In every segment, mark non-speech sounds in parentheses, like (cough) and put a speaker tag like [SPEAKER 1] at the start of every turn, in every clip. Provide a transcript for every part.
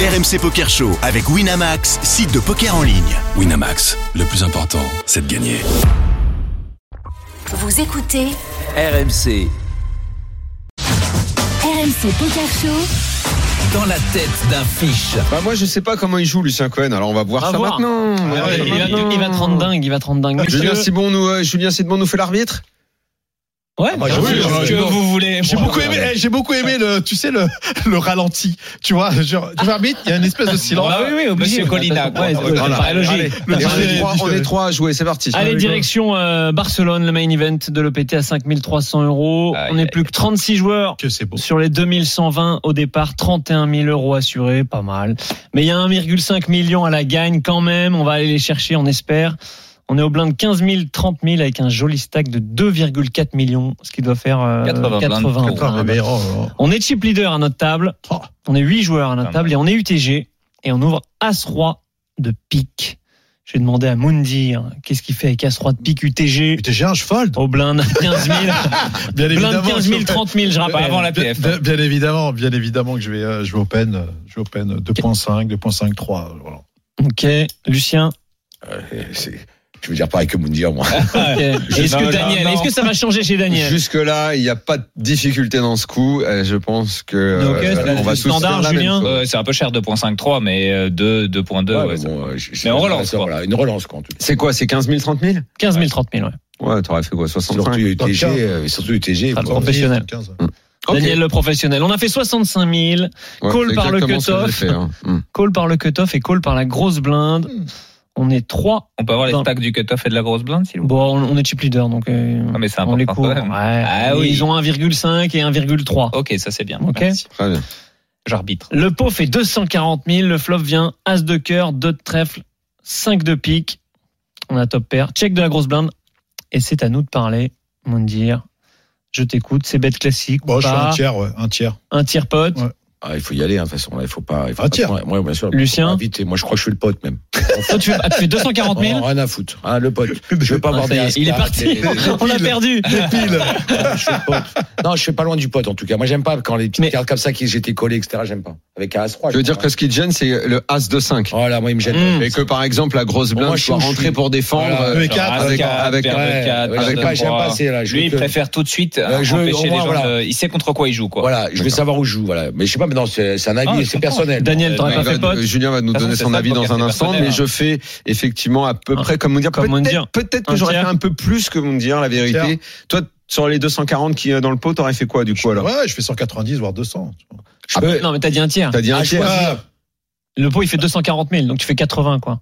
[SPEAKER 1] RMC Poker Show avec Winamax, site de poker en ligne.
[SPEAKER 2] Winamax, le plus important, c'est de gagner.
[SPEAKER 3] Vous écoutez
[SPEAKER 4] RMC,
[SPEAKER 3] RMC Poker Show.
[SPEAKER 4] dans la tête d'un fiche.
[SPEAKER 5] Bah moi je sais pas comment il joue Lucien Cohen, alors on va voir
[SPEAKER 6] On va
[SPEAKER 5] ça
[SPEAKER 6] voir. Ah
[SPEAKER 5] maintenant. On va voir
[SPEAKER 6] Ouais,
[SPEAKER 5] ça
[SPEAKER 6] il, va,
[SPEAKER 5] maintenant.
[SPEAKER 6] il va te rendre dingue, il va te rendre dingue.
[SPEAKER 5] Julien Cibon nous, euh, Julien Cibon nous fait l'arbitre
[SPEAKER 6] ouais, bien
[SPEAKER 7] oui,
[SPEAKER 6] sûr,
[SPEAKER 7] oui,
[SPEAKER 6] ce
[SPEAKER 7] oui,
[SPEAKER 6] que
[SPEAKER 7] oui.
[SPEAKER 6] vous voulez.
[SPEAKER 7] J'ai beaucoup aimé, eh, j'ai beaucoup aimé le, tu sais le, (laughs) le ralenti. Tu vois, genre, tu vois, arbitre, il y a une espèce de silence.
[SPEAKER 6] Ah oui, oui, obligé.
[SPEAKER 7] Monsieur Colina, quoi.
[SPEAKER 6] Ouais, ça
[SPEAKER 5] Voilà.
[SPEAKER 6] paraît
[SPEAKER 5] Allez,
[SPEAKER 6] logique.
[SPEAKER 7] Le
[SPEAKER 5] Et on, est
[SPEAKER 7] dernier
[SPEAKER 5] trois, on
[SPEAKER 7] épisode.
[SPEAKER 5] est trois à jouer, c'est parti.
[SPEAKER 6] Allez, direction euh, Barcelone, le main event de l'EPT à 5300 euros. On n'est plus que 36 joueurs
[SPEAKER 7] Que c'est beau.
[SPEAKER 6] sur les 2120 au départ, 31 000 euros assurés, pas mal. Mais il y a 1,5 million à la gagne quand même. On va aller les chercher, on espère. On est au blind 15 000, 30 000 avec un joli stack de 2,4 millions, ce qui doit faire euh, 80, euros. On est chip leader à notre table.
[SPEAKER 7] Oh.
[SPEAKER 6] On est 8 joueurs à notre table et on est UTG. Et on ouvre As-Roi de pique. J'ai demandé à Mundi hein, qu'est-ce qu'il fait avec As-Roi de pique UTG
[SPEAKER 7] j'ai un cheval.
[SPEAKER 6] au blind (laughs) 15 000.
[SPEAKER 7] Bien
[SPEAKER 6] blind
[SPEAKER 7] évidemment.
[SPEAKER 6] 15
[SPEAKER 7] je
[SPEAKER 6] 000,
[SPEAKER 7] vais-
[SPEAKER 6] 30 000, je rappelle.
[SPEAKER 7] Bien- Bien, bien évidemment, bien évidemment que je vais, euh, je vais open, euh, je vais open 2.5, 2.5, 3. euh, Voilà.
[SPEAKER 6] Ok, Lucien.
[SPEAKER 8] Je veux dire pareil que Mundir, moi.
[SPEAKER 6] Ok. Est-ce que, Daniel, est-ce que ça va changer chez Daniel
[SPEAKER 5] Jusque là, il n'y a pas de difficulté dans ce coup. euh, Je pense que
[SPEAKER 6] Donc,
[SPEAKER 5] euh,
[SPEAKER 6] euh,
[SPEAKER 5] on va tous
[SPEAKER 6] standard,
[SPEAKER 5] faire la
[SPEAKER 6] Julien.
[SPEAKER 5] même chose.
[SPEAKER 9] Ouais, c'est un peu cher 2.53 mais euh, 2 2.2 ouais,
[SPEAKER 8] Ouais, mais
[SPEAKER 9] c'est-
[SPEAKER 8] bon, euh, je- je-
[SPEAKER 9] Mais on relance,
[SPEAKER 8] ça,
[SPEAKER 9] quoi.
[SPEAKER 8] voilà, Ah, une relance, quoi, en tout cas.
[SPEAKER 5] C'est quoi C'est 15 000, 30 000
[SPEAKER 6] 15 000, 30 000, ouais.
[SPEAKER 5] Ouais, t'aurais fait quoi 65
[SPEAKER 8] Surtout
[SPEAKER 5] 000
[SPEAKER 8] UTG,
[SPEAKER 7] Dans le
[SPEAKER 8] euh, surtout UTG.
[SPEAKER 6] Pardon.
[SPEAKER 8] bon,
[SPEAKER 6] Professionnel.
[SPEAKER 7] 15.
[SPEAKER 5] Ok.
[SPEAKER 6] Daniel le professionnel. On a fait 65 000.
[SPEAKER 5] Ouais,
[SPEAKER 6] Call
[SPEAKER 5] c'est
[SPEAKER 6] par le
[SPEAKER 5] exactement ce que
[SPEAKER 6] cutoff.
[SPEAKER 5] j'ai fait, hein. Mm.
[SPEAKER 6] Call par le cutoff et call par la grosse blinde. On est 3.
[SPEAKER 9] on peut avoir les
[SPEAKER 6] Non.
[SPEAKER 9] stacks du cut-off et de la grosse blinde s'il vous plaît
[SPEAKER 6] Bon, on est chip leader, donc euh,
[SPEAKER 9] Ah, mais c'est
[SPEAKER 6] on les
[SPEAKER 9] important
[SPEAKER 6] couvre.
[SPEAKER 9] quand même.
[SPEAKER 6] Ouais.
[SPEAKER 9] Ah
[SPEAKER 6] Et
[SPEAKER 9] oui. Oh.
[SPEAKER 6] Ils ont 1,5 et 1,3.
[SPEAKER 9] OK ça c'est bien
[SPEAKER 6] Ok.
[SPEAKER 9] Merci.
[SPEAKER 5] Très bien.
[SPEAKER 9] j'arbitre
[SPEAKER 6] Le pot fait 240 000. Le flop vient As de cœur, 2 de trèfle, 5 de pique. On a top pair. Check de la grosse blinde. Et c'est à nous de parler, Mondir. Je t'écoute. C'est bête classique.
[SPEAKER 7] Bon, je suis
[SPEAKER 6] pas,
[SPEAKER 7] un tiers, ouais, un tiers.
[SPEAKER 6] un tiers pote.
[SPEAKER 7] Ouais.
[SPEAKER 8] ah, il faut y aller, hein, de toute façon. là, Il faut pas. Il faut
[SPEAKER 7] Un
[SPEAKER 8] pas
[SPEAKER 7] tiers.
[SPEAKER 8] prendre- ouais, bien sûr.
[SPEAKER 6] Lucien.
[SPEAKER 8] Faut pas inviter. Moi, je crois que je suis le pote, même.
[SPEAKER 6] Toi, tu fais, ah, tu fais 240
[SPEAKER 8] Non,
[SPEAKER 6] 000
[SPEAKER 8] rien à foutre. hein, le
[SPEAKER 7] (laughs)
[SPEAKER 8] pote. Je veux pas
[SPEAKER 6] Ah,
[SPEAKER 8] avoir
[SPEAKER 6] ça y est,
[SPEAKER 8] des.
[SPEAKER 6] Il est
[SPEAKER 8] Ascars,
[SPEAKER 6] parti.
[SPEAKER 8] des-
[SPEAKER 6] (laughs) On l'a perdu.
[SPEAKER 8] Je suis le pote. Non, je suis pas loin du pote, en tout cas. Moi, j'aime pas quand les petites
[SPEAKER 6] Mais-
[SPEAKER 8] cartes comme ça, qui j'étais collé, etc. J'aime pas. Avec un As-3.
[SPEAKER 5] Je veux dire que ce qui te gêne, c'est le As de 5.
[SPEAKER 8] Voilà, moi, il me gêne.
[SPEAKER 6] Mm.
[SPEAKER 5] Et que par exemple, la grosse blinde
[SPEAKER 8] Moi, je suis
[SPEAKER 5] soit
[SPEAKER 8] où je
[SPEAKER 5] rentrée
[SPEAKER 8] suis.
[SPEAKER 5] pour défendre.
[SPEAKER 8] Voilà.
[SPEAKER 5] euh,
[SPEAKER 7] Le 4,
[SPEAKER 5] avec-
[SPEAKER 9] As-quatre,
[SPEAKER 5] avec-
[SPEAKER 9] paire de
[SPEAKER 8] Ouais,
[SPEAKER 9] quatre,
[SPEAKER 8] ouais,
[SPEAKER 9] paire
[SPEAKER 8] j'aime
[SPEAKER 9] de
[SPEAKER 8] pas- j'aime
[SPEAKER 9] trois.
[SPEAKER 8] pas assez, là, je
[SPEAKER 9] lui il
[SPEAKER 8] veux que-
[SPEAKER 9] préfère tout de suite
[SPEAKER 8] Euh,
[SPEAKER 9] euh,
[SPEAKER 8] je-
[SPEAKER 9] empêcher
[SPEAKER 8] au
[SPEAKER 9] les
[SPEAKER 8] moins,
[SPEAKER 9] gens
[SPEAKER 8] voilà.
[SPEAKER 9] de- il sait contre quoi il joue quoi
[SPEAKER 8] Voilà, je veux
[SPEAKER 5] D'accord.
[SPEAKER 8] savoir où je joue, voilà. Mais je sais pas, mais non, c'est c'est un
[SPEAKER 9] Ah,
[SPEAKER 8] avis,
[SPEAKER 9] je
[SPEAKER 8] c'est
[SPEAKER 9] comprends.
[SPEAKER 8] personnel.
[SPEAKER 6] Daniel, t'aurais
[SPEAKER 5] Il
[SPEAKER 6] pas
[SPEAKER 5] va
[SPEAKER 6] fait
[SPEAKER 5] nous-
[SPEAKER 6] pote
[SPEAKER 5] Julien va nous
[SPEAKER 9] De toute
[SPEAKER 5] donner
[SPEAKER 9] façon,
[SPEAKER 5] son
[SPEAKER 9] c'est ça,
[SPEAKER 5] avis
[SPEAKER 9] le
[SPEAKER 5] dans
[SPEAKER 9] poker,
[SPEAKER 5] un
[SPEAKER 9] c'est
[SPEAKER 5] instant,
[SPEAKER 9] personnel,
[SPEAKER 5] mais
[SPEAKER 9] hein.
[SPEAKER 5] je fais effectivement à peu
[SPEAKER 6] Un-
[SPEAKER 5] près comme on dit.
[SPEAKER 6] comme on dit.
[SPEAKER 5] Peut-être peut-être
[SPEAKER 6] Un
[SPEAKER 5] que j'aurais fait
[SPEAKER 6] tiers.
[SPEAKER 5] un peu plus que on dire la
[SPEAKER 7] Un
[SPEAKER 5] vérité.
[SPEAKER 7] tiers.
[SPEAKER 5] Toi, sur les 240 qui est dans le pot, t'aurais fait quoi du coup alors
[SPEAKER 7] Ouais, je fais 190, voire 200.
[SPEAKER 8] Je peux-
[SPEAKER 6] Non, mais t'as dit un tiers.
[SPEAKER 5] T'as dit un
[SPEAKER 8] Ah, je
[SPEAKER 5] tiers.
[SPEAKER 8] vois.
[SPEAKER 7] Ah,
[SPEAKER 6] Le pot, il fait 240 000, donc tu fais 80, quoi.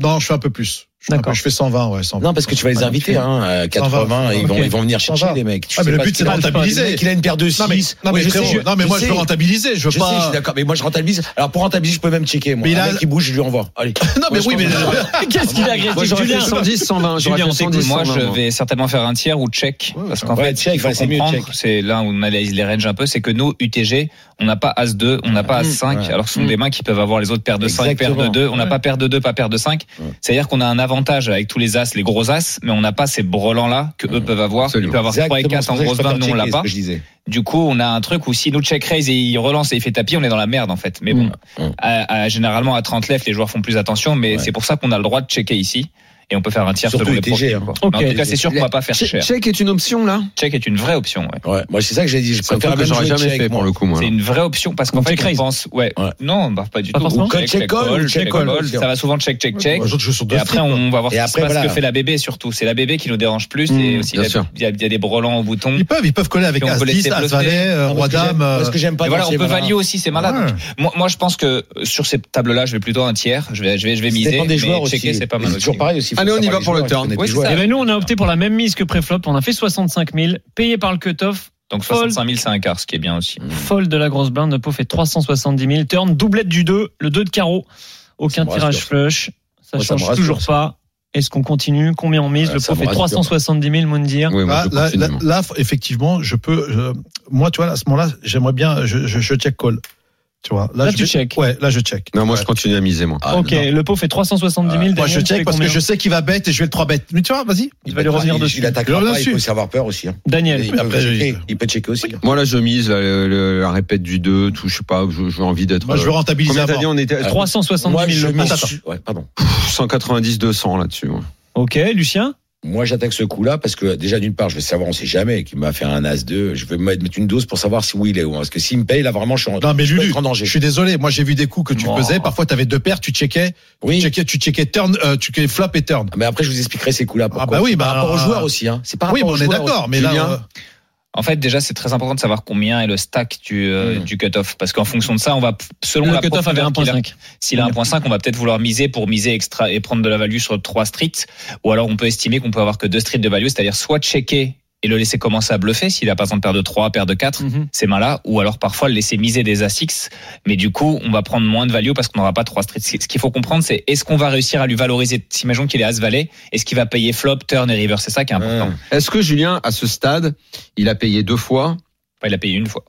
[SPEAKER 7] non, je fais un peu plus. Je fais un
[SPEAKER 6] D'accord.
[SPEAKER 7] peu- Je fais 120, ouais, 120.
[SPEAKER 8] Non, parce que tu vas les
[SPEAKER 7] Ouais,
[SPEAKER 8] inviter, hein, à 80,
[SPEAKER 7] va.
[SPEAKER 8] ils vont,
[SPEAKER 6] Ok.
[SPEAKER 8] ils vont venir
[SPEAKER 7] Ça
[SPEAKER 8] chercher
[SPEAKER 7] va.
[SPEAKER 8] les mecs. Tu
[SPEAKER 7] Ah, mais
[SPEAKER 8] sais
[SPEAKER 7] le
[SPEAKER 8] pas
[SPEAKER 7] but,
[SPEAKER 8] ce
[SPEAKER 7] c'est
[SPEAKER 8] qu'il
[SPEAKER 7] de
[SPEAKER 8] a.
[SPEAKER 7] rentabiliser.
[SPEAKER 8] Le mec, Il a une paire de 6.
[SPEAKER 7] Non, mais, non, mais, frérot, non, mais moi, je veux rentabiliser. Je veux
[SPEAKER 8] Je sais, je
[SPEAKER 7] pas.
[SPEAKER 8] suis d'accord, mais moi je rentabilise. Alors pour rentabiliser, je peux même checker. Moi.
[SPEAKER 7] Bah, Mais
[SPEAKER 8] Mais
[SPEAKER 7] il a-
[SPEAKER 8] mec qui bouge, je lui envoie. Allez.
[SPEAKER 7] (laughs) non, mais
[SPEAKER 8] Moi, je
[SPEAKER 7] oui, mais.
[SPEAKER 8] pense que-
[SPEAKER 6] Qu'est-ce qu'il a
[SPEAKER 5] Moi,
[SPEAKER 6] agressif,
[SPEAKER 5] j'aurais fait
[SPEAKER 6] Julien
[SPEAKER 5] 110, 120. J'aurais
[SPEAKER 9] Julien,
[SPEAKER 5] fait
[SPEAKER 9] on t'écoute.
[SPEAKER 5] 110,
[SPEAKER 9] moi,
[SPEAKER 5] 120.
[SPEAKER 9] je vais certainement faire un tiers ou check.
[SPEAKER 7] Ouais,
[SPEAKER 9] parce
[SPEAKER 7] ouais.
[SPEAKER 9] qu'en
[SPEAKER 8] Ouais,
[SPEAKER 9] fait,
[SPEAKER 8] check,
[SPEAKER 9] il faut
[SPEAKER 8] ouais, c'est mieux,
[SPEAKER 9] comprendre,
[SPEAKER 8] check.
[SPEAKER 9] c'est là où on analyse les ranges un peu, c'est que nous, UTG, on n'a pas As2, on n'a pas
[SPEAKER 8] Mm.
[SPEAKER 9] As5,
[SPEAKER 8] Ouais.
[SPEAKER 9] alors que ce sont des mains qui peuvent avoir les autres paires de 5, paires de
[SPEAKER 8] Exactement.
[SPEAKER 9] 2, on n'a
[SPEAKER 7] Ouais.
[SPEAKER 9] pas paire de 2, pas paire de 5.
[SPEAKER 8] Ouais.
[SPEAKER 9] C'est-à-dire qu'on a un avantage avec tous les As, les gros As, mais on n'a pas ces brelans-là que eux peuvent avoir. Ils
[SPEAKER 5] Absolument.
[SPEAKER 9] peuvent avoir 3 et 4 en grosse 20, nous on l'a pas.
[SPEAKER 8] Je disais.
[SPEAKER 9] Du coup, on a un truc où si nous check raise et il relance et il fait tapis, on est dans la merde en fait. Mais bon,
[SPEAKER 8] Mm.
[SPEAKER 9] à- à- généralement à 30 left, les joueurs font plus attention, mais
[SPEAKER 8] Ouais.
[SPEAKER 9] c'est pour ça qu'on a le droit de checker ici. Et on peut faire un tiers
[SPEAKER 8] Surtout
[SPEAKER 9] selon les
[SPEAKER 8] UTG,
[SPEAKER 9] profils,
[SPEAKER 8] hein.
[SPEAKER 9] quoi.
[SPEAKER 6] Ok.
[SPEAKER 9] Mais En tout cas, c'est sûr qu'on va pas faire
[SPEAKER 5] Che-
[SPEAKER 9] cher.
[SPEAKER 5] Check est une option là
[SPEAKER 9] Check est une vraie option. ouais.
[SPEAKER 8] Ouais, moi c'est ça que j'ai dit. Je
[SPEAKER 5] C'est un
[SPEAKER 8] préfère
[SPEAKER 5] truc que
[SPEAKER 8] même
[SPEAKER 5] j'aurais
[SPEAKER 8] jouer
[SPEAKER 5] jamais
[SPEAKER 8] check,
[SPEAKER 5] fait pour
[SPEAKER 8] moi.
[SPEAKER 5] le coup, moi.
[SPEAKER 9] C'est une vraie option parce qu'en
[SPEAKER 6] On
[SPEAKER 9] fait,
[SPEAKER 6] check
[SPEAKER 9] on
[SPEAKER 6] raise.
[SPEAKER 9] pense, ouais,
[SPEAKER 8] Ouais.
[SPEAKER 9] non, bah, pas du
[SPEAKER 6] Pas
[SPEAKER 9] tout.
[SPEAKER 6] forcément.
[SPEAKER 9] Check,
[SPEAKER 8] Check
[SPEAKER 9] check
[SPEAKER 8] call,
[SPEAKER 9] call,
[SPEAKER 8] check
[SPEAKER 9] check
[SPEAKER 8] call.
[SPEAKER 9] call. Ça va souvent check check check.
[SPEAKER 7] Moi, je joue sur deux
[SPEAKER 9] Et après,
[SPEAKER 7] strips, moi.
[SPEAKER 9] on va voir ce
[SPEAKER 8] Et
[SPEAKER 9] qui se
[SPEAKER 8] après,
[SPEAKER 9] passe,
[SPEAKER 8] voilà. Mm.
[SPEAKER 9] que fait la bébé surtout. C'est la bébé qui nous dérange plus.
[SPEAKER 5] Mmh,
[SPEAKER 9] et aussi, il
[SPEAKER 5] bien
[SPEAKER 9] y a-
[SPEAKER 5] sûr.
[SPEAKER 9] il y, a- il y a des brelans au bouton.
[SPEAKER 7] Ils peuvent, ils peuvent coller avec
[SPEAKER 9] Puis on peut laisser
[SPEAKER 7] As-10,
[SPEAKER 9] bluffer.
[SPEAKER 7] As-Valet,
[SPEAKER 8] Non, parce que
[SPEAKER 7] Roi-Dame.
[SPEAKER 8] j'aime- Parce que j'aime pas.
[SPEAKER 9] Et voilà,
[SPEAKER 8] dans
[SPEAKER 9] on
[SPEAKER 8] ces
[SPEAKER 9] peut
[SPEAKER 8] malins.
[SPEAKER 9] value aussi ces malades.
[SPEAKER 7] euh, Ouais.
[SPEAKER 9] Moi, moi, je pense que euh, sur ces tables-là, je vais plutôt un tiers. Je vais, je vais, je vais
[SPEAKER 8] Ça
[SPEAKER 9] miser.
[SPEAKER 8] dépend
[SPEAKER 9] mais
[SPEAKER 8] des joueurs
[SPEAKER 9] checker,
[SPEAKER 8] aussi.
[SPEAKER 9] c'est pas
[SPEAKER 8] Mais
[SPEAKER 9] mal.
[SPEAKER 8] c'est toujours
[SPEAKER 9] aussi.
[SPEAKER 8] pareil aussi. faut
[SPEAKER 5] Allez, on y
[SPEAKER 8] savoir
[SPEAKER 5] va
[SPEAKER 8] les
[SPEAKER 5] pour le
[SPEAKER 8] joueurs,
[SPEAKER 5] turn.
[SPEAKER 8] il faut connaître
[SPEAKER 9] Oui,
[SPEAKER 8] les
[SPEAKER 9] c'est
[SPEAKER 8] joueurs.
[SPEAKER 9] ça.
[SPEAKER 6] Eh ben, nous, on a opté pour la même mise que préflop. On a fait 65 000, payé par le cutoff.
[SPEAKER 9] Donc
[SPEAKER 6] Fold.
[SPEAKER 9] 65 000, c'est un quart, ce qui est bien aussi.
[SPEAKER 6] Fold de la grosse blinde. Le pot fait 370 000. Turn, doublette du 2, le 2 de carreau. Aucun
[SPEAKER 8] Ça me
[SPEAKER 6] tirage
[SPEAKER 8] rassure, ça.
[SPEAKER 6] flush. Ça
[SPEAKER 8] Moi, ça me
[SPEAKER 6] change
[SPEAKER 8] rassure,
[SPEAKER 6] toujours
[SPEAKER 8] ça.
[SPEAKER 6] pas. Est-ce qu'on continue Combien on mise
[SPEAKER 8] Ouais,
[SPEAKER 6] Le
[SPEAKER 8] ça
[SPEAKER 6] pot
[SPEAKER 8] me
[SPEAKER 6] fait
[SPEAKER 8] rassure.
[SPEAKER 6] 370 000, Moundir.
[SPEAKER 5] Oui, moi,
[SPEAKER 7] Ah,
[SPEAKER 5] je
[SPEAKER 7] là,
[SPEAKER 5] continue,
[SPEAKER 7] là,
[SPEAKER 5] moi.
[SPEAKER 7] là, effectivement, je peux. euh, moi, tu vois, à ce moment-là, j'aimerais bien. Je, je, je check call. Tu vois,
[SPEAKER 6] Là,
[SPEAKER 7] je
[SPEAKER 6] tu
[SPEAKER 7] vais-
[SPEAKER 6] check.
[SPEAKER 7] Ouais, là je check.
[SPEAKER 5] Non, moi
[SPEAKER 7] Ouais. Ah.
[SPEAKER 5] je continue à miser, moi.
[SPEAKER 8] ah,
[SPEAKER 6] ok, le pot fait 370 000.
[SPEAKER 7] Moi
[SPEAKER 6] Daniel, tu fais
[SPEAKER 7] je check parce que
[SPEAKER 6] combien
[SPEAKER 7] je sais qu'il va bête et je vais le 3 bête. Mais tu vois, vas-y.
[SPEAKER 6] Il va lui revenir
[SPEAKER 8] il,
[SPEAKER 6] dessus.
[SPEAKER 8] Il attaquera
[SPEAKER 7] Il revient
[SPEAKER 8] pas, il
[SPEAKER 7] dessus.
[SPEAKER 8] peut aussi avoir peur aussi. hein.
[SPEAKER 6] Daniel,
[SPEAKER 8] Il, peut
[SPEAKER 7] après,
[SPEAKER 8] checker,
[SPEAKER 7] je-
[SPEAKER 8] il peut checker aussi. hein.
[SPEAKER 5] Moi là je mise la, le- la répète du 2, tout, je sais pas, je- j'ai envie d'être.
[SPEAKER 7] Moi je veux
[SPEAKER 5] euh,
[SPEAKER 7] rentabiliser
[SPEAKER 5] Combien t'as
[SPEAKER 7] avant.
[SPEAKER 5] dit on était à
[SPEAKER 6] 370
[SPEAKER 8] Moi,
[SPEAKER 6] 000
[SPEAKER 8] je
[SPEAKER 6] le pot.
[SPEAKER 8] mise
[SPEAKER 7] attends.
[SPEAKER 8] sur- ouais, pardon.
[SPEAKER 5] 190 200 là-dessus. ouais.
[SPEAKER 6] Ok, Lucien
[SPEAKER 8] Moi, j'attaque ce coup-là parce que déjà, d'une part, je vais savoir, on sait jamais qu'il m'a fait un as 2. Je vais me mettre une dose pour savoir si oui, il est où. hein. Parce que s'il me paye, là, vraiment, je suis en,
[SPEAKER 7] Non mais
[SPEAKER 8] je peux
[SPEAKER 7] Lulu,
[SPEAKER 8] être en danger.
[SPEAKER 7] je suis désolé. Moi j'ai vu des coups que tu
[SPEAKER 6] Oh.
[SPEAKER 7] faisais. Parfois t'avais deux paires, tu checkais, tu
[SPEAKER 8] Oui.
[SPEAKER 7] checkais, tu checkais turn, euh, tu checkais flop et turn.
[SPEAKER 8] Mais après, je vous expliquerai ces coups-là. pourquoi.
[SPEAKER 7] bah oui,
[SPEAKER 8] C'est
[SPEAKER 7] bah
[SPEAKER 8] par rapport aux
[SPEAKER 7] alors,
[SPEAKER 8] joueurs aussi. Hein. C'est par
[SPEAKER 7] Oui, mais
[SPEAKER 8] rapport
[SPEAKER 7] on
[SPEAKER 8] aux
[SPEAKER 7] est
[SPEAKER 8] joueurs
[SPEAKER 7] d'accord.
[SPEAKER 8] aussi.
[SPEAKER 7] Mais là,
[SPEAKER 5] Julien,
[SPEAKER 7] euh,
[SPEAKER 9] En fait, déjà, c'est très important de savoir combien est le stack du, euh,
[SPEAKER 5] Mm.
[SPEAKER 9] du cut-off. Parce qu'en fonction de ça, on va, p- selon
[SPEAKER 6] Le
[SPEAKER 9] la
[SPEAKER 6] cutoff avait
[SPEAKER 9] profondeur qu'il a-
[SPEAKER 6] 1.5.
[SPEAKER 9] S'il a 1.5, on va peut-être vouloir miser pour miser extra et prendre de la value sur trois streets. Ou alors, on peut estimer qu'on peut avoir que deux streets de value, c'est-à-dire soit checker et le laisser commencer à bluffer s'il a par exemple paire de 3, paire de 4,
[SPEAKER 6] Mhm.
[SPEAKER 9] ces mains-là, ou alors parfois le laisser miser des ASX, mais du coup, on va prendre moins de value parce qu'on n'aura pas trois streets. Ce qu'il faut comprendre, c'est est-ce qu'on va réussir à lui valoriser S'imagine qu'il est As-Valet, est-ce qu'il va payer flop, turn et river C'est ça qui est important.
[SPEAKER 8] Hum.
[SPEAKER 5] Est-ce que Julien, à ce stade, il a payé deux fois
[SPEAKER 9] Enfin, il a payé une fois.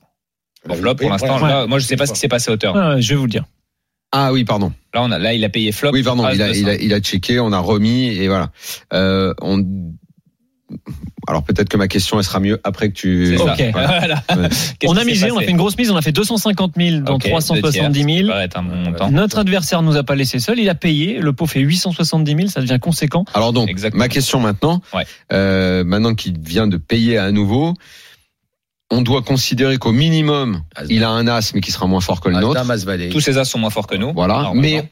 [SPEAKER 5] Euh,
[SPEAKER 9] Bon, flop,
[SPEAKER 8] Oui,
[SPEAKER 9] pour l'instant,
[SPEAKER 8] voilà.
[SPEAKER 9] là, moi, je sais pas ce qui s'est passé à hauteur.
[SPEAKER 6] Ah ouais, je vais vous le dire.
[SPEAKER 5] Ah oui, pardon.
[SPEAKER 9] Là, on a, là, il a payé flop.
[SPEAKER 5] Oui, pardon.
[SPEAKER 9] phrase
[SPEAKER 5] Il a,
[SPEAKER 9] de
[SPEAKER 5] il, a, il a checké, on a remis et voilà. Euh, on... Alors peut-être que ma question elle sera mieux après que tu.
[SPEAKER 9] C'est ça.
[SPEAKER 5] Ok. Voilà.
[SPEAKER 9] (laughs) Voilà.
[SPEAKER 5] Ouais.
[SPEAKER 9] Qu'est-ce
[SPEAKER 6] On a
[SPEAKER 9] qui s'est
[SPEAKER 6] misé, on a
[SPEAKER 9] passé
[SPEAKER 6] fait une grosse mise, on a fait 250 000 dans
[SPEAKER 9] Ok, deux Bah,
[SPEAKER 6] 370
[SPEAKER 9] tiers,
[SPEAKER 6] 000.
[SPEAKER 9] ça paraît un bon montant.
[SPEAKER 6] Notre adversaire nous a pas laissé seul, il a payé, le pot fait 870 000, ça devient conséquent.
[SPEAKER 5] Alors donc,
[SPEAKER 9] Exactement.
[SPEAKER 5] ma question maintenant,
[SPEAKER 9] Ouais.
[SPEAKER 5] euh, maintenant qu'il vient de payer à nouveau, on doit considérer qu'au minimum,
[SPEAKER 9] Ah,
[SPEAKER 8] As-Dame.
[SPEAKER 5] il a un as, mais qui sera moins fort que le nôtre.
[SPEAKER 8] Adam Asvalet.
[SPEAKER 9] Tous ces as sont moins forts que nous.
[SPEAKER 5] Voilà,
[SPEAKER 9] normalement.
[SPEAKER 5] mais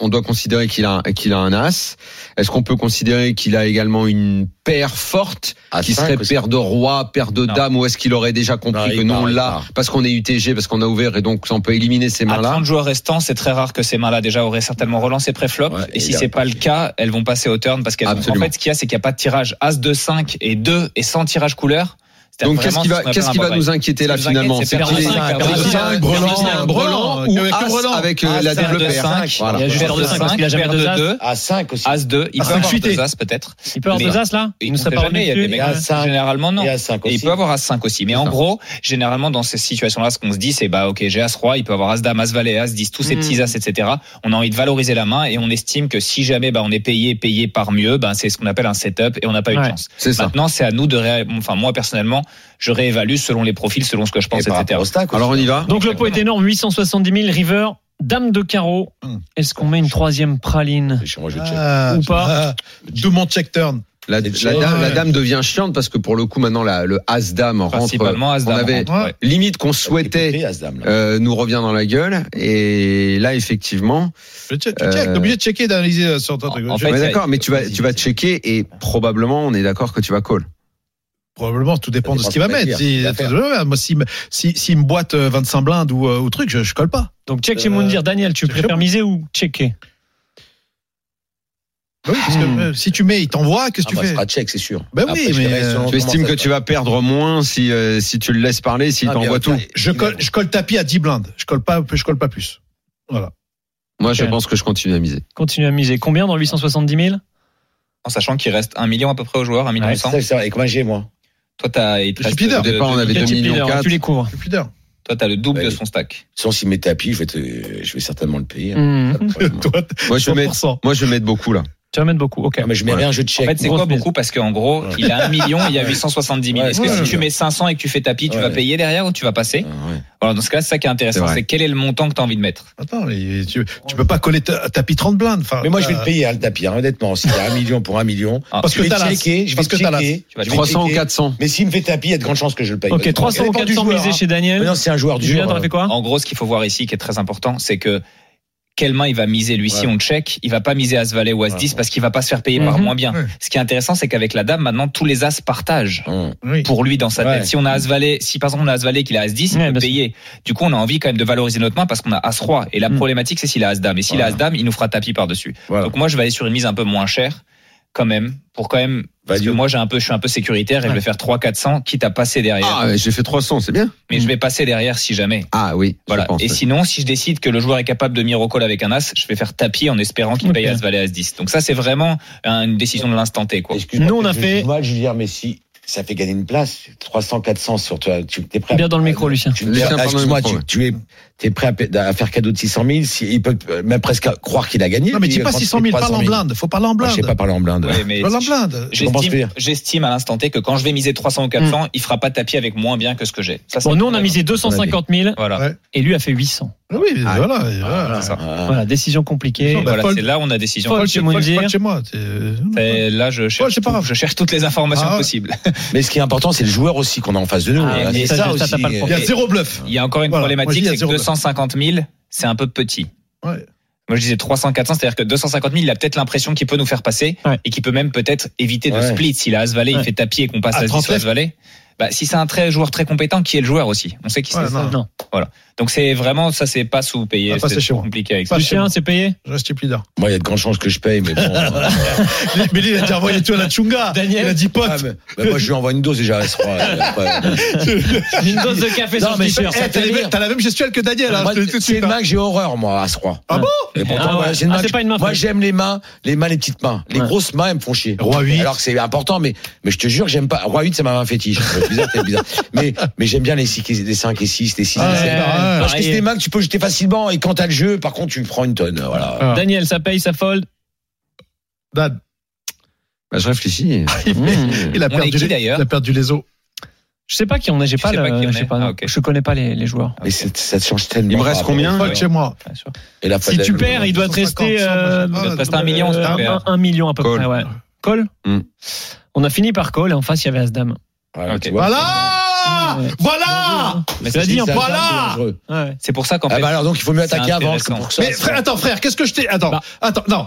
[SPEAKER 5] on doit considérer qu'il a, qu'il a un as. Est-ce qu'on peut considérer qu'il a également une paire forte
[SPEAKER 8] À
[SPEAKER 5] qui
[SPEAKER 8] cinq
[SPEAKER 5] serait
[SPEAKER 8] aussi.
[SPEAKER 5] paire de roi, paire de
[SPEAKER 9] Non.
[SPEAKER 5] dame, ou est-ce qu'il aurait déjà
[SPEAKER 8] Non,
[SPEAKER 5] compris
[SPEAKER 8] il
[SPEAKER 5] que nous
[SPEAKER 8] part,
[SPEAKER 5] on
[SPEAKER 8] il
[SPEAKER 5] l'a
[SPEAKER 8] part.
[SPEAKER 5] parce qu'on est UTG, parce qu'on a ouvert et donc on peut éliminer ces
[SPEAKER 9] À
[SPEAKER 5] mains-là
[SPEAKER 9] 30 joueurs restants, c'est très rare que ces mains-là déjà auraient certainement relancé pré-flop.
[SPEAKER 8] Ouais,
[SPEAKER 9] et
[SPEAKER 8] et
[SPEAKER 9] si
[SPEAKER 8] il a
[SPEAKER 9] c'est pas le
[SPEAKER 8] parti.
[SPEAKER 9] cas, elles vont passer au turn parce qu'elles ont- en
[SPEAKER 5] Absolument.
[SPEAKER 9] fait, ce qu'il y a, c'est qu'il n'y a pas de tirage. As 2, 5 et 2 et sans tirage couleur. C'est-à-dire
[SPEAKER 5] Donc qu'est-ce
[SPEAKER 9] vraiment,
[SPEAKER 5] qui
[SPEAKER 9] ce
[SPEAKER 5] va,
[SPEAKER 9] qu'on
[SPEAKER 5] qu'est-ce
[SPEAKER 9] appelle
[SPEAKER 5] qui
[SPEAKER 9] un
[SPEAKER 5] va
[SPEAKER 9] bad
[SPEAKER 5] nous
[SPEAKER 9] buy.
[SPEAKER 5] inquiéter
[SPEAKER 9] Ce qui
[SPEAKER 5] là
[SPEAKER 9] nous
[SPEAKER 5] finalement
[SPEAKER 9] inquiète,
[SPEAKER 5] C'est
[SPEAKER 9] c'est
[SPEAKER 5] qu'il
[SPEAKER 9] perdre
[SPEAKER 5] est-
[SPEAKER 9] cinq,
[SPEAKER 5] qu'il est
[SPEAKER 9] perdre
[SPEAKER 5] un
[SPEAKER 9] cinq,
[SPEAKER 5] brelan,
[SPEAKER 9] perdre
[SPEAKER 5] brelan
[SPEAKER 7] cinq.
[SPEAKER 5] ou
[SPEAKER 7] Il y avait que
[SPEAKER 5] as
[SPEAKER 7] brelan.
[SPEAKER 5] avec euh,
[SPEAKER 9] Ah,
[SPEAKER 8] As,
[SPEAKER 5] la
[SPEAKER 8] ça,
[SPEAKER 5] double
[SPEAKER 8] deux,
[SPEAKER 5] paire.
[SPEAKER 8] cinq.
[SPEAKER 5] Voilà.
[SPEAKER 6] Il y a juste
[SPEAKER 9] Paire
[SPEAKER 6] paire de
[SPEAKER 9] de
[SPEAKER 6] 5
[SPEAKER 9] cinq,
[SPEAKER 6] parce qu'il a jamais
[SPEAKER 9] paire
[SPEAKER 6] deux
[SPEAKER 9] de
[SPEAKER 6] as.
[SPEAKER 9] deux.
[SPEAKER 8] À 5 aussi.
[SPEAKER 9] As 2, il
[SPEAKER 7] Ah,
[SPEAKER 9] peut avoir
[SPEAKER 7] fuité.
[SPEAKER 9] deux as peut-être.
[SPEAKER 6] Il peut avoir
[SPEAKER 9] Mais-
[SPEAKER 6] deux as là
[SPEAKER 9] Et
[SPEAKER 6] Il
[SPEAKER 9] on
[SPEAKER 6] ne
[SPEAKER 9] sait
[SPEAKER 6] serait pas
[SPEAKER 9] jamais,
[SPEAKER 6] revenu
[SPEAKER 9] il y a des
[SPEAKER 6] dessus. Ah,
[SPEAKER 9] mecs,
[SPEAKER 8] As cinq.
[SPEAKER 9] généralement non.
[SPEAKER 8] Et à 5 aussi.
[SPEAKER 9] Et il peut avoir As-5 aussi. Mais en
[SPEAKER 5] ça.
[SPEAKER 9] gros, généralement, dans ces situations-là, ce qu'on se dit, c'est bah, ok, j'ai As-Roi, il peut avoir As-Dame, As-Valet, As-10, tous ces
[SPEAKER 6] Mm.
[SPEAKER 9] petits As, etc. On a envie de valoriser la main et on estime que si jamais bah, on est payé, payé par mieux, bah, c'est ce qu'on appelle un setup et on n'a pas eu de
[SPEAKER 6] Ouais.
[SPEAKER 9] chance.
[SPEAKER 5] C'est ça.
[SPEAKER 9] Maintenant, c'est à nous de ré... Enfin, moi, personnellement, je réévalue selon les profils, selon ce que je pense,
[SPEAKER 8] Et par
[SPEAKER 9] etc.
[SPEAKER 8] rapport au stack aussi.
[SPEAKER 5] Alors on y va.
[SPEAKER 6] Donc le pot est énorme, 870 000, river, dame de carreau.
[SPEAKER 7] Hum.
[SPEAKER 6] Est-ce qu'on met une troisième praline
[SPEAKER 8] Moi, je check.
[SPEAKER 7] Ah,
[SPEAKER 6] Ou pas.
[SPEAKER 7] ah, D'où mon check turn.
[SPEAKER 5] La, la
[SPEAKER 8] Ouais.
[SPEAKER 5] dame, la dame devient chiante parce que pour le coup maintenant la, le as dame rentre.
[SPEAKER 9] Principalement
[SPEAKER 5] On
[SPEAKER 9] As-Dame.
[SPEAKER 5] avait
[SPEAKER 9] rentre, ouais.
[SPEAKER 5] limite qu'on
[SPEAKER 8] T'es
[SPEAKER 5] souhaitait
[SPEAKER 8] payé, As-Dame, là.
[SPEAKER 5] euh, nous revient dans la gueule et là effectivement.
[SPEAKER 7] Je check, tu check. T'es obligé de checker, d'analyser euh, sur ton truc.
[SPEAKER 9] En
[SPEAKER 7] Je-
[SPEAKER 9] fait,
[SPEAKER 5] Ouais,
[SPEAKER 9] ça-
[SPEAKER 5] d'accord, mais tu vas
[SPEAKER 9] vas-y,
[SPEAKER 5] tu vas
[SPEAKER 9] vas-y.
[SPEAKER 5] checker et probablement on est d'accord que tu vas call.
[SPEAKER 7] Probablement, tout dépend
[SPEAKER 8] Ça
[SPEAKER 7] de ce
[SPEAKER 8] dépend
[SPEAKER 7] qu'il
[SPEAKER 8] de
[SPEAKER 7] va
[SPEAKER 8] ce qu'il
[SPEAKER 7] mettre.
[SPEAKER 8] va dire,
[SPEAKER 7] Si-
[SPEAKER 8] ce qu'il
[SPEAKER 7] Ouais, Moi, s'il me- si- s'il me boite euh, 25 blindes ou euh, ou truc, je je colle pas.
[SPEAKER 6] Donc check chez
[SPEAKER 7] Euh,
[SPEAKER 6] Moundir. Daniel, tu
[SPEAKER 7] c'est
[SPEAKER 6] préfères
[SPEAKER 7] chaud.
[SPEAKER 6] miser ou checker
[SPEAKER 7] Bah Oui, parce que
[SPEAKER 6] Hmm.
[SPEAKER 7] euh, si tu mets, il t'envoie, qu'est-ce
[SPEAKER 8] Ah,
[SPEAKER 7] que
[SPEAKER 8] bah,
[SPEAKER 7] tu
[SPEAKER 8] ce
[SPEAKER 7] fais
[SPEAKER 8] sera check, c'est sûr.
[SPEAKER 7] Ben
[SPEAKER 8] Après,
[SPEAKER 7] oui,
[SPEAKER 8] je
[SPEAKER 7] mais,
[SPEAKER 8] verrai
[SPEAKER 7] euh,
[SPEAKER 5] Tu
[SPEAKER 8] selon comment
[SPEAKER 5] estimes
[SPEAKER 8] ça
[SPEAKER 5] que
[SPEAKER 8] se
[SPEAKER 5] tu vas perdre moins si euh, si tu le laisses parler, s'il
[SPEAKER 8] Ah,
[SPEAKER 5] t'envoie
[SPEAKER 8] bien,
[SPEAKER 5] tout.
[SPEAKER 8] bien.
[SPEAKER 7] Je colle, je colle tapis à 10 blindes. Je colle pas, je colle pas plus. Voilà.
[SPEAKER 5] Moi je
[SPEAKER 6] Ok.
[SPEAKER 5] pense que je continue à miser.
[SPEAKER 6] Continue à miser. Combien dans 870 000
[SPEAKER 9] En sachant qu'il reste 1 million à peu près aux joueurs, 1 million
[SPEAKER 6] Ouais,
[SPEAKER 9] 100.
[SPEAKER 8] Ça, c'est vrai. Et comment j'ai, moi
[SPEAKER 9] Toi, t'as, il te
[SPEAKER 7] Je suis
[SPEAKER 9] reste
[SPEAKER 7] pideur.
[SPEAKER 5] Au
[SPEAKER 9] deux-
[SPEAKER 5] départ, on
[SPEAKER 9] deux-
[SPEAKER 5] avait
[SPEAKER 9] deux-
[SPEAKER 6] Quel type
[SPEAKER 5] 2 millions
[SPEAKER 6] leader Tu les couvres.
[SPEAKER 7] Plus d'heures.
[SPEAKER 9] Toi, t'as le double
[SPEAKER 8] Ouais.
[SPEAKER 9] de son stack.
[SPEAKER 8] Sinon, s'il met tapis, je vais, te- je vais certainement le payer.
[SPEAKER 6] Hum.
[SPEAKER 7] (laughs) (laughs) Toi,
[SPEAKER 5] Moi je vais mettre
[SPEAKER 7] 100%.
[SPEAKER 5] moi je vais mettre beaucoup là.
[SPEAKER 6] Tu vas mettre beaucoup. Ok.
[SPEAKER 8] Ah, mais je mets
[SPEAKER 5] Ouais.
[SPEAKER 8] rien, je
[SPEAKER 9] En
[SPEAKER 8] check.
[SPEAKER 9] fait, c'est
[SPEAKER 6] Grosse
[SPEAKER 9] quoi
[SPEAKER 6] mise.
[SPEAKER 9] beaucoup Parce qu'en gros, il a 1 million, il y a 870 000.
[SPEAKER 8] Ouais,
[SPEAKER 9] Est-ce que
[SPEAKER 7] ouais.
[SPEAKER 9] si tu mets 500 et que tu fais tapis, tu
[SPEAKER 8] Ouais.
[SPEAKER 9] vas payer derrière ou tu vas passer
[SPEAKER 8] Ah, ouais.
[SPEAKER 9] Voilà, dans ce cas, c'est ça qui est
[SPEAKER 5] C'est
[SPEAKER 9] intéressant,
[SPEAKER 5] vrai.
[SPEAKER 9] c'est quel est le montant que tu as envie de mettre.
[SPEAKER 7] Attends, mais tu, tu peux pas coller ta- tapis 30 blindes. Enfin,
[SPEAKER 8] Mais moi, je vais
[SPEAKER 7] euh,
[SPEAKER 8] le payer, hein, le tapis, hein, honnêtement. Si t'as un million pour un million,
[SPEAKER 9] Hein, Ah,
[SPEAKER 7] Parce
[SPEAKER 8] je
[SPEAKER 7] que
[SPEAKER 8] vais
[SPEAKER 7] t'as l'as.
[SPEAKER 8] checker, je vais
[SPEAKER 7] Parce que t'as l'as.
[SPEAKER 8] checker, je vais
[SPEAKER 5] 300 ou
[SPEAKER 8] checker.
[SPEAKER 5] 400.
[SPEAKER 8] Mais s'il me fait tapis, il y a de grandes chances que je le paye.
[SPEAKER 6] Ok, 300 ou 400 misés chez
[SPEAKER 8] hein. Mais
[SPEAKER 6] Daniel.
[SPEAKER 8] non, c'est un joueur du
[SPEAKER 6] Julien,
[SPEAKER 8] jour.
[SPEAKER 6] t'aurais
[SPEAKER 8] euh,
[SPEAKER 6] fait quoi
[SPEAKER 9] En gros, ce qu'il faut voir ici, qui est très important, c'est que quelle main il va miser lui si
[SPEAKER 8] Ouais.
[SPEAKER 9] on check, il va pas miser as valet ou as 10
[SPEAKER 8] Ouais.
[SPEAKER 9] parce qu'il va pas se faire payer par
[SPEAKER 6] Mhm.
[SPEAKER 9] moins bien.
[SPEAKER 7] Ouais.
[SPEAKER 9] Ce qui est intéressant, c'est qu'avec la dame, maintenant tous les as partagent
[SPEAKER 8] hum.
[SPEAKER 7] oui.
[SPEAKER 9] pour lui dans sa
[SPEAKER 8] Ouais.
[SPEAKER 9] tête. Si on a as valet, si par exemple on a as valet qu'il a as 10,
[SPEAKER 6] Ouais,
[SPEAKER 9] il
[SPEAKER 6] bien
[SPEAKER 9] peut
[SPEAKER 6] sûr.
[SPEAKER 9] payer. Du coup, on a envie quand même de valoriser notre main parce qu'on a as roi et la
[SPEAKER 6] Mhm.
[SPEAKER 9] problématique c'est s'il a as dame et s'il a
[SPEAKER 8] Voilà.
[SPEAKER 9] as dame, il nous fera tapis par-dessus.
[SPEAKER 8] Voilà.
[SPEAKER 9] Donc moi je vais aller sur une mise un peu moins chère quand même pour quand même parce que
[SPEAKER 8] Value.
[SPEAKER 9] moi j'ai un peu je suis un peu sécuritaire et je vais faire 3 400 quitte à passer derrière
[SPEAKER 5] Ah, j'ai fait 300, c'est bien.
[SPEAKER 9] mais je vais passer derrière si jamais.
[SPEAKER 5] Ah oui, je
[SPEAKER 9] Voilà.
[SPEAKER 5] pense,
[SPEAKER 9] et
[SPEAKER 5] ouais.
[SPEAKER 9] sinon si je décide que le joueur est capable de miro-call avec un as, je vais faire tapis en espérant qu'il
[SPEAKER 6] Ok.
[SPEAKER 9] paye as valet as 10. Donc ça c'est vraiment hein, une décision de l'instant T quoi.
[SPEAKER 8] Excuse-moi,
[SPEAKER 6] Nous, on a
[SPEAKER 8] j'ai
[SPEAKER 6] fait-
[SPEAKER 8] du mal, Julien, mais si ça fait gagner une place. 300, 400 sur toi. Tu es prêt à-
[SPEAKER 6] Bien dans le micro, Lucien.
[SPEAKER 8] Tu,
[SPEAKER 5] Laissez
[SPEAKER 8] ah,
[SPEAKER 5] un parler
[SPEAKER 8] excuse-moi,
[SPEAKER 5] au micro,
[SPEAKER 8] tu, tu es, t'es prêt à, pa- à faire cadeau de 600 000. Si, il peut euh, même presque croire qu'il a gagné.
[SPEAKER 7] Non, mais
[SPEAKER 8] lui, euh,
[SPEAKER 7] dis pas
[SPEAKER 8] quand tu
[SPEAKER 7] 600
[SPEAKER 8] fais
[SPEAKER 7] 000, parle
[SPEAKER 8] 300
[SPEAKER 7] en
[SPEAKER 8] 000.
[SPEAKER 7] blinde. Faut parler en
[SPEAKER 8] Moi,
[SPEAKER 7] blinde.
[SPEAKER 8] Ah, Je sais pas parler en blinde.
[SPEAKER 9] Ouais, mais
[SPEAKER 7] Parle en blinde.
[SPEAKER 8] Je comprends ce que
[SPEAKER 9] J'estime,
[SPEAKER 8] tu veux dire.
[SPEAKER 9] j'estime à l'instant T que quand je vais miser 300 ou 400, il fera pas de tapis avec moins bien que ce que j'ai. Ça, c'est
[SPEAKER 6] Hmm. Bon, nous, on a
[SPEAKER 9] clair.
[SPEAKER 6] misé 250 000
[SPEAKER 9] Voilà.
[SPEAKER 7] Ouais.
[SPEAKER 6] et lui a fait 800.
[SPEAKER 7] Ah Oui,
[SPEAKER 8] Ah,
[SPEAKER 7] voilà. voilà.
[SPEAKER 9] C'est ça.
[SPEAKER 8] Ah.
[SPEAKER 6] Voilà, décision compliquée.
[SPEAKER 7] Bah,
[SPEAKER 9] Voilà,
[SPEAKER 7] Paul-
[SPEAKER 9] c'est là où on a décision.
[SPEAKER 6] Paul-
[SPEAKER 7] Pas
[SPEAKER 6] Paul-
[SPEAKER 7] de chez
[SPEAKER 6] Paul-
[SPEAKER 7] moi.
[SPEAKER 6] Paul-
[SPEAKER 7] Pas de chez moi.
[SPEAKER 9] C'est- Là, je cherche,
[SPEAKER 7] c'est pas
[SPEAKER 9] tout.
[SPEAKER 7] grave.
[SPEAKER 9] je cherche toutes les informations
[SPEAKER 7] Ah ouais.
[SPEAKER 9] possibles.
[SPEAKER 8] Mais ce qui est important, c'est le joueur aussi qu'on a en face de nous.
[SPEAKER 6] Ah,
[SPEAKER 8] Hein,
[SPEAKER 9] mais ça,
[SPEAKER 8] c'est ça
[SPEAKER 6] je- ça,
[SPEAKER 8] aussi.
[SPEAKER 6] t'as pas le
[SPEAKER 7] Il y a zéro bluff.
[SPEAKER 9] Il y a encore une
[SPEAKER 7] Voilà, moi, je
[SPEAKER 9] problématique,
[SPEAKER 7] dis à
[SPEAKER 9] c'est que
[SPEAKER 7] zéro.
[SPEAKER 9] 250 000, c'est un peu petit.
[SPEAKER 7] Ouais.
[SPEAKER 9] Moi, je disais 300, 400, c'est-à-dire que 250 000, il a peut-être l'impression qu'il peut nous faire passer
[SPEAKER 6] Ouais.
[SPEAKER 9] et qu'il peut même peut-être éviter de
[SPEAKER 8] Ouais.
[SPEAKER 9] split. S'il a As-Valet,
[SPEAKER 6] Ouais.
[SPEAKER 9] il fait tapis et qu'on passe
[SPEAKER 7] À
[SPEAKER 9] à 10 sur
[SPEAKER 7] 39.
[SPEAKER 9] As-Valet. Bah, si c'est un très joueur très compétent, qui est le joueur aussi On sait qui
[SPEAKER 7] Ouais,
[SPEAKER 9] c'est.
[SPEAKER 7] non.
[SPEAKER 6] Non.
[SPEAKER 9] Donc c'est vraiment, ça, c'est pas sous-payé.
[SPEAKER 7] Ah, ça, c'est chez moi.
[SPEAKER 9] compliqué avec ça.
[SPEAKER 7] Pas chez
[SPEAKER 6] Lucien,
[SPEAKER 7] moi.
[SPEAKER 6] c'est payé
[SPEAKER 7] Je reste stupide. hein.
[SPEAKER 8] Moi, il y a de grandes chances que je paye, mais bon. euh,
[SPEAKER 7] Mais lui, il a déjà envoyé tout à la Chunga.
[SPEAKER 6] Daniel.
[SPEAKER 7] Il a dit pote.
[SPEAKER 8] ah, mais-
[SPEAKER 7] (laughs)
[SPEAKER 8] bah, moi, je lui envoie une dose déjà. elle sera, euh, après, euh,
[SPEAKER 6] (laughs) Une dose de café
[SPEAKER 8] Non,
[SPEAKER 6] sur
[SPEAKER 8] mais
[SPEAKER 6] le t-shirt.
[SPEAKER 8] c'est-
[SPEAKER 7] Eh, T'as les mêmes- t'as la même gestuelle que Daniel. hein,
[SPEAKER 8] Moi,
[SPEAKER 7] je te le dis tout de
[SPEAKER 8] C'est
[SPEAKER 7] suite,
[SPEAKER 8] une
[SPEAKER 7] hein.
[SPEAKER 8] main que j'ai horreur, moi, à ce roi.
[SPEAKER 7] Ah bon
[SPEAKER 8] Et pourtant,
[SPEAKER 6] Ah ouais.
[SPEAKER 8] voilà, c'est une
[SPEAKER 6] Ah,
[SPEAKER 8] main
[SPEAKER 6] c'est
[SPEAKER 8] que-
[SPEAKER 6] pas une main
[SPEAKER 8] Moi,
[SPEAKER 6] faible.
[SPEAKER 8] j'aime les mains, les mains, les petites mains. Les
[SPEAKER 6] Ouais.
[SPEAKER 8] grosses mains, elles me font chier.
[SPEAKER 7] Roi huit.
[SPEAKER 8] Alors que c'est important, mais, mais je te jure, j'aime pas. Roi 8, c'est ma main fétiche. C'est bizarre, c'est bizarre. Mais, mais j'aime bien les 6, les 5 et 6, les 6
[SPEAKER 7] Ah,
[SPEAKER 8] et 7.
[SPEAKER 6] Euh,
[SPEAKER 7] ouais, ouais.
[SPEAKER 8] Parce que c'est des mains que tu peux jeter facilement, et quand t'as le jeu, par contre, tu prends une tonne, voilà.
[SPEAKER 7] Ah.
[SPEAKER 6] Daniel, ça paye, ça (laughs) fold.
[SPEAKER 7] Dan,
[SPEAKER 5] Bah, je réfléchis.
[SPEAKER 7] il fait-
[SPEAKER 6] Hmm.
[SPEAKER 7] il a
[SPEAKER 9] On est
[SPEAKER 7] perdu
[SPEAKER 9] qui,
[SPEAKER 7] les-
[SPEAKER 9] d'ailleurs
[SPEAKER 7] il a perdu les os.
[SPEAKER 6] Je sais pas qui on est, j'ai
[SPEAKER 9] Tu
[SPEAKER 6] pas,
[SPEAKER 9] sais pas
[SPEAKER 6] le-
[SPEAKER 9] qui on
[SPEAKER 6] je sais
[SPEAKER 9] est
[SPEAKER 6] pas, non.
[SPEAKER 9] Ah, ok.
[SPEAKER 6] Je connais pas les, les joueurs.
[SPEAKER 8] Mais c'est- ça te change tellement.
[SPEAKER 5] Il me reste
[SPEAKER 8] par rapport
[SPEAKER 5] combien
[SPEAKER 8] aux
[SPEAKER 7] Paul
[SPEAKER 8] joueurs.
[SPEAKER 7] chez moi.
[SPEAKER 8] Et la
[SPEAKER 6] Si
[SPEAKER 8] fin-
[SPEAKER 6] tu perds, il doit te
[SPEAKER 7] 150,
[SPEAKER 6] rester. euh,
[SPEAKER 7] 150,
[SPEAKER 9] il doit te rester un million,
[SPEAKER 7] euh,
[SPEAKER 9] c'est
[SPEAKER 6] un,
[SPEAKER 9] pas grave.
[SPEAKER 6] un- un million à peu
[SPEAKER 5] Call.
[SPEAKER 6] près, ouais. Call
[SPEAKER 5] Hmm.
[SPEAKER 6] On a fini par call et en face, il y avait As-Dame.
[SPEAKER 8] Voilà, tu vois.
[SPEAKER 7] Ah, Voilà
[SPEAKER 6] Ouais.
[SPEAKER 7] Voilà
[SPEAKER 6] Mais
[SPEAKER 8] Ça,
[SPEAKER 6] ça dit,
[SPEAKER 8] c'est
[SPEAKER 6] en
[SPEAKER 8] ça,
[SPEAKER 6] plus.
[SPEAKER 7] voilà
[SPEAKER 8] c'est dangereux.
[SPEAKER 6] Ouais.
[SPEAKER 9] C'est pour ça qu'en
[SPEAKER 8] Ah
[SPEAKER 9] fait,
[SPEAKER 8] bah alors donc il faut mieux attaquer
[SPEAKER 9] C'est
[SPEAKER 8] avant
[SPEAKER 9] intéressant.
[SPEAKER 8] que pour ça.
[SPEAKER 7] Mais frère, attends, frère, qu'est-ce que je t'ai. Attends,
[SPEAKER 6] Bah.
[SPEAKER 7] attends, non.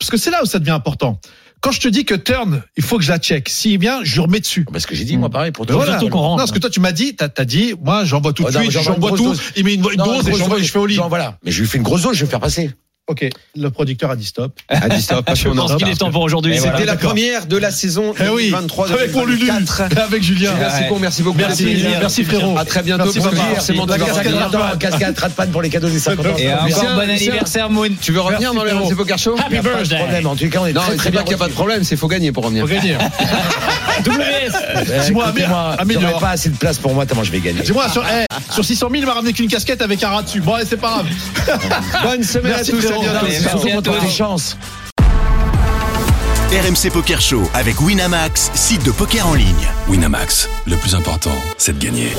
[SPEAKER 7] Parce que c'est là où ça devient important. Quand je te dis que turn, il faut que je la check. S'il vient, je lui remets dessus.
[SPEAKER 8] Parce que j'ai dit moi pareil pour
[SPEAKER 7] Mais
[SPEAKER 8] toi.
[SPEAKER 7] voilà.
[SPEAKER 6] surtout qu'on rentre.
[SPEAKER 7] Non, parce que toi, tu m'as dit, t'as as dit, moi, j'envoie tout de
[SPEAKER 8] Oh, non,
[SPEAKER 7] suite,
[SPEAKER 8] j'envoie une
[SPEAKER 7] j'envoie
[SPEAKER 8] grosse
[SPEAKER 7] tout,
[SPEAKER 8] dose.
[SPEAKER 7] il met une, une
[SPEAKER 8] Non,
[SPEAKER 7] dose et
[SPEAKER 8] grosse
[SPEAKER 7] j'envoie,
[SPEAKER 8] dose.
[SPEAKER 7] je fais au lit.
[SPEAKER 8] Non, voilà. Mais je lui fais une grosse dose, je vais me faire passer.
[SPEAKER 7] Ok, le producteur a dit stop.
[SPEAKER 5] (laughs) Ah, dis stop, pas
[SPEAKER 6] Je
[SPEAKER 5] sur mon
[SPEAKER 6] pense
[SPEAKER 5] Insta.
[SPEAKER 6] qu'il est temps pour aujourd'hui.
[SPEAKER 9] Et
[SPEAKER 6] C'était
[SPEAKER 9] voilà.
[SPEAKER 5] C'était la
[SPEAKER 7] d'accord.
[SPEAKER 5] première de la saison
[SPEAKER 7] Eh oui,
[SPEAKER 5] 23
[SPEAKER 7] avec mon Lulu, avec Julien.
[SPEAKER 5] Merci,
[SPEAKER 9] Ouais.
[SPEAKER 5] con, merci beaucoup.
[SPEAKER 7] Merci,
[SPEAKER 5] Merci,
[SPEAKER 7] Julien. merci, frérot.
[SPEAKER 5] À très bientôt.
[SPEAKER 7] Merci,
[SPEAKER 5] pour
[SPEAKER 7] Bernard.
[SPEAKER 5] forcément,
[SPEAKER 7] La
[SPEAKER 5] tu vas
[SPEAKER 7] cascade
[SPEAKER 5] revenir.
[SPEAKER 7] Rafa.
[SPEAKER 8] Attends, Cascade Ratpan pour les cadeaux des 50 ans.
[SPEAKER 9] Et
[SPEAKER 8] Sans
[SPEAKER 9] encore
[SPEAKER 5] Lucien,
[SPEAKER 9] bon
[SPEAKER 5] Lucien.
[SPEAKER 9] anniversaire, Moon.
[SPEAKER 5] Tu veux revenir dans les
[SPEAKER 7] frérot.
[SPEAKER 5] Poker Show
[SPEAKER 6] Happy birthday.
[SPEAKER 8] problème. En tout cas, on est
[SPEAKER 5] Non,
[SPEAKER 8] très
[SPEAKER 5] c'est
[SPEAKER 8] très
[SPEAKER 5] Ah, bien
[SPEAKER 8] bien
[SPEAKER 5] qu'il n'y a pas de problème, c'est faut gagner pour revenir.
[SPEAKER 7] Faut gagner.
[SPEAKER 6] WS.
[SPEAKER 8] reçus.
[SPEAKER 7] Dis-moi,
[SPEAKER 8] Eh, écoutez-moi,
[SPEAKER 7] Amé- Améliore.
[SPEAKER 8] j'aurais pas assez de place pour moi, comment je vais gagner.
[SPEAKER 7] Dis-moi, sur, eh, sur 600 000, il m'a ramené qu'une casquette avec un rat dessus. Bon, allez, c'est pas grave.
[SPEAKER 5] Bonne semaine
[SPEAKER 7] Merci,
[SPEAKER 5] à tous, à
[SPEAKER 7] frérot.
[SPEAKER 5] bientôt.
[SPEAKER 9] Allez,
[SPEAKER 8] Surtout
[SPEAKER 9] merci à
[SPEAKER 8] quand t'as
[SPEAKER 9] tous.
[SPEAKER 8] des chances.
[SPEAKER 1] RMC Poker Show avec Winamax, site de poker en ligne.
[SPEAKER 2] Winamax, le plus important, c'est de gagner.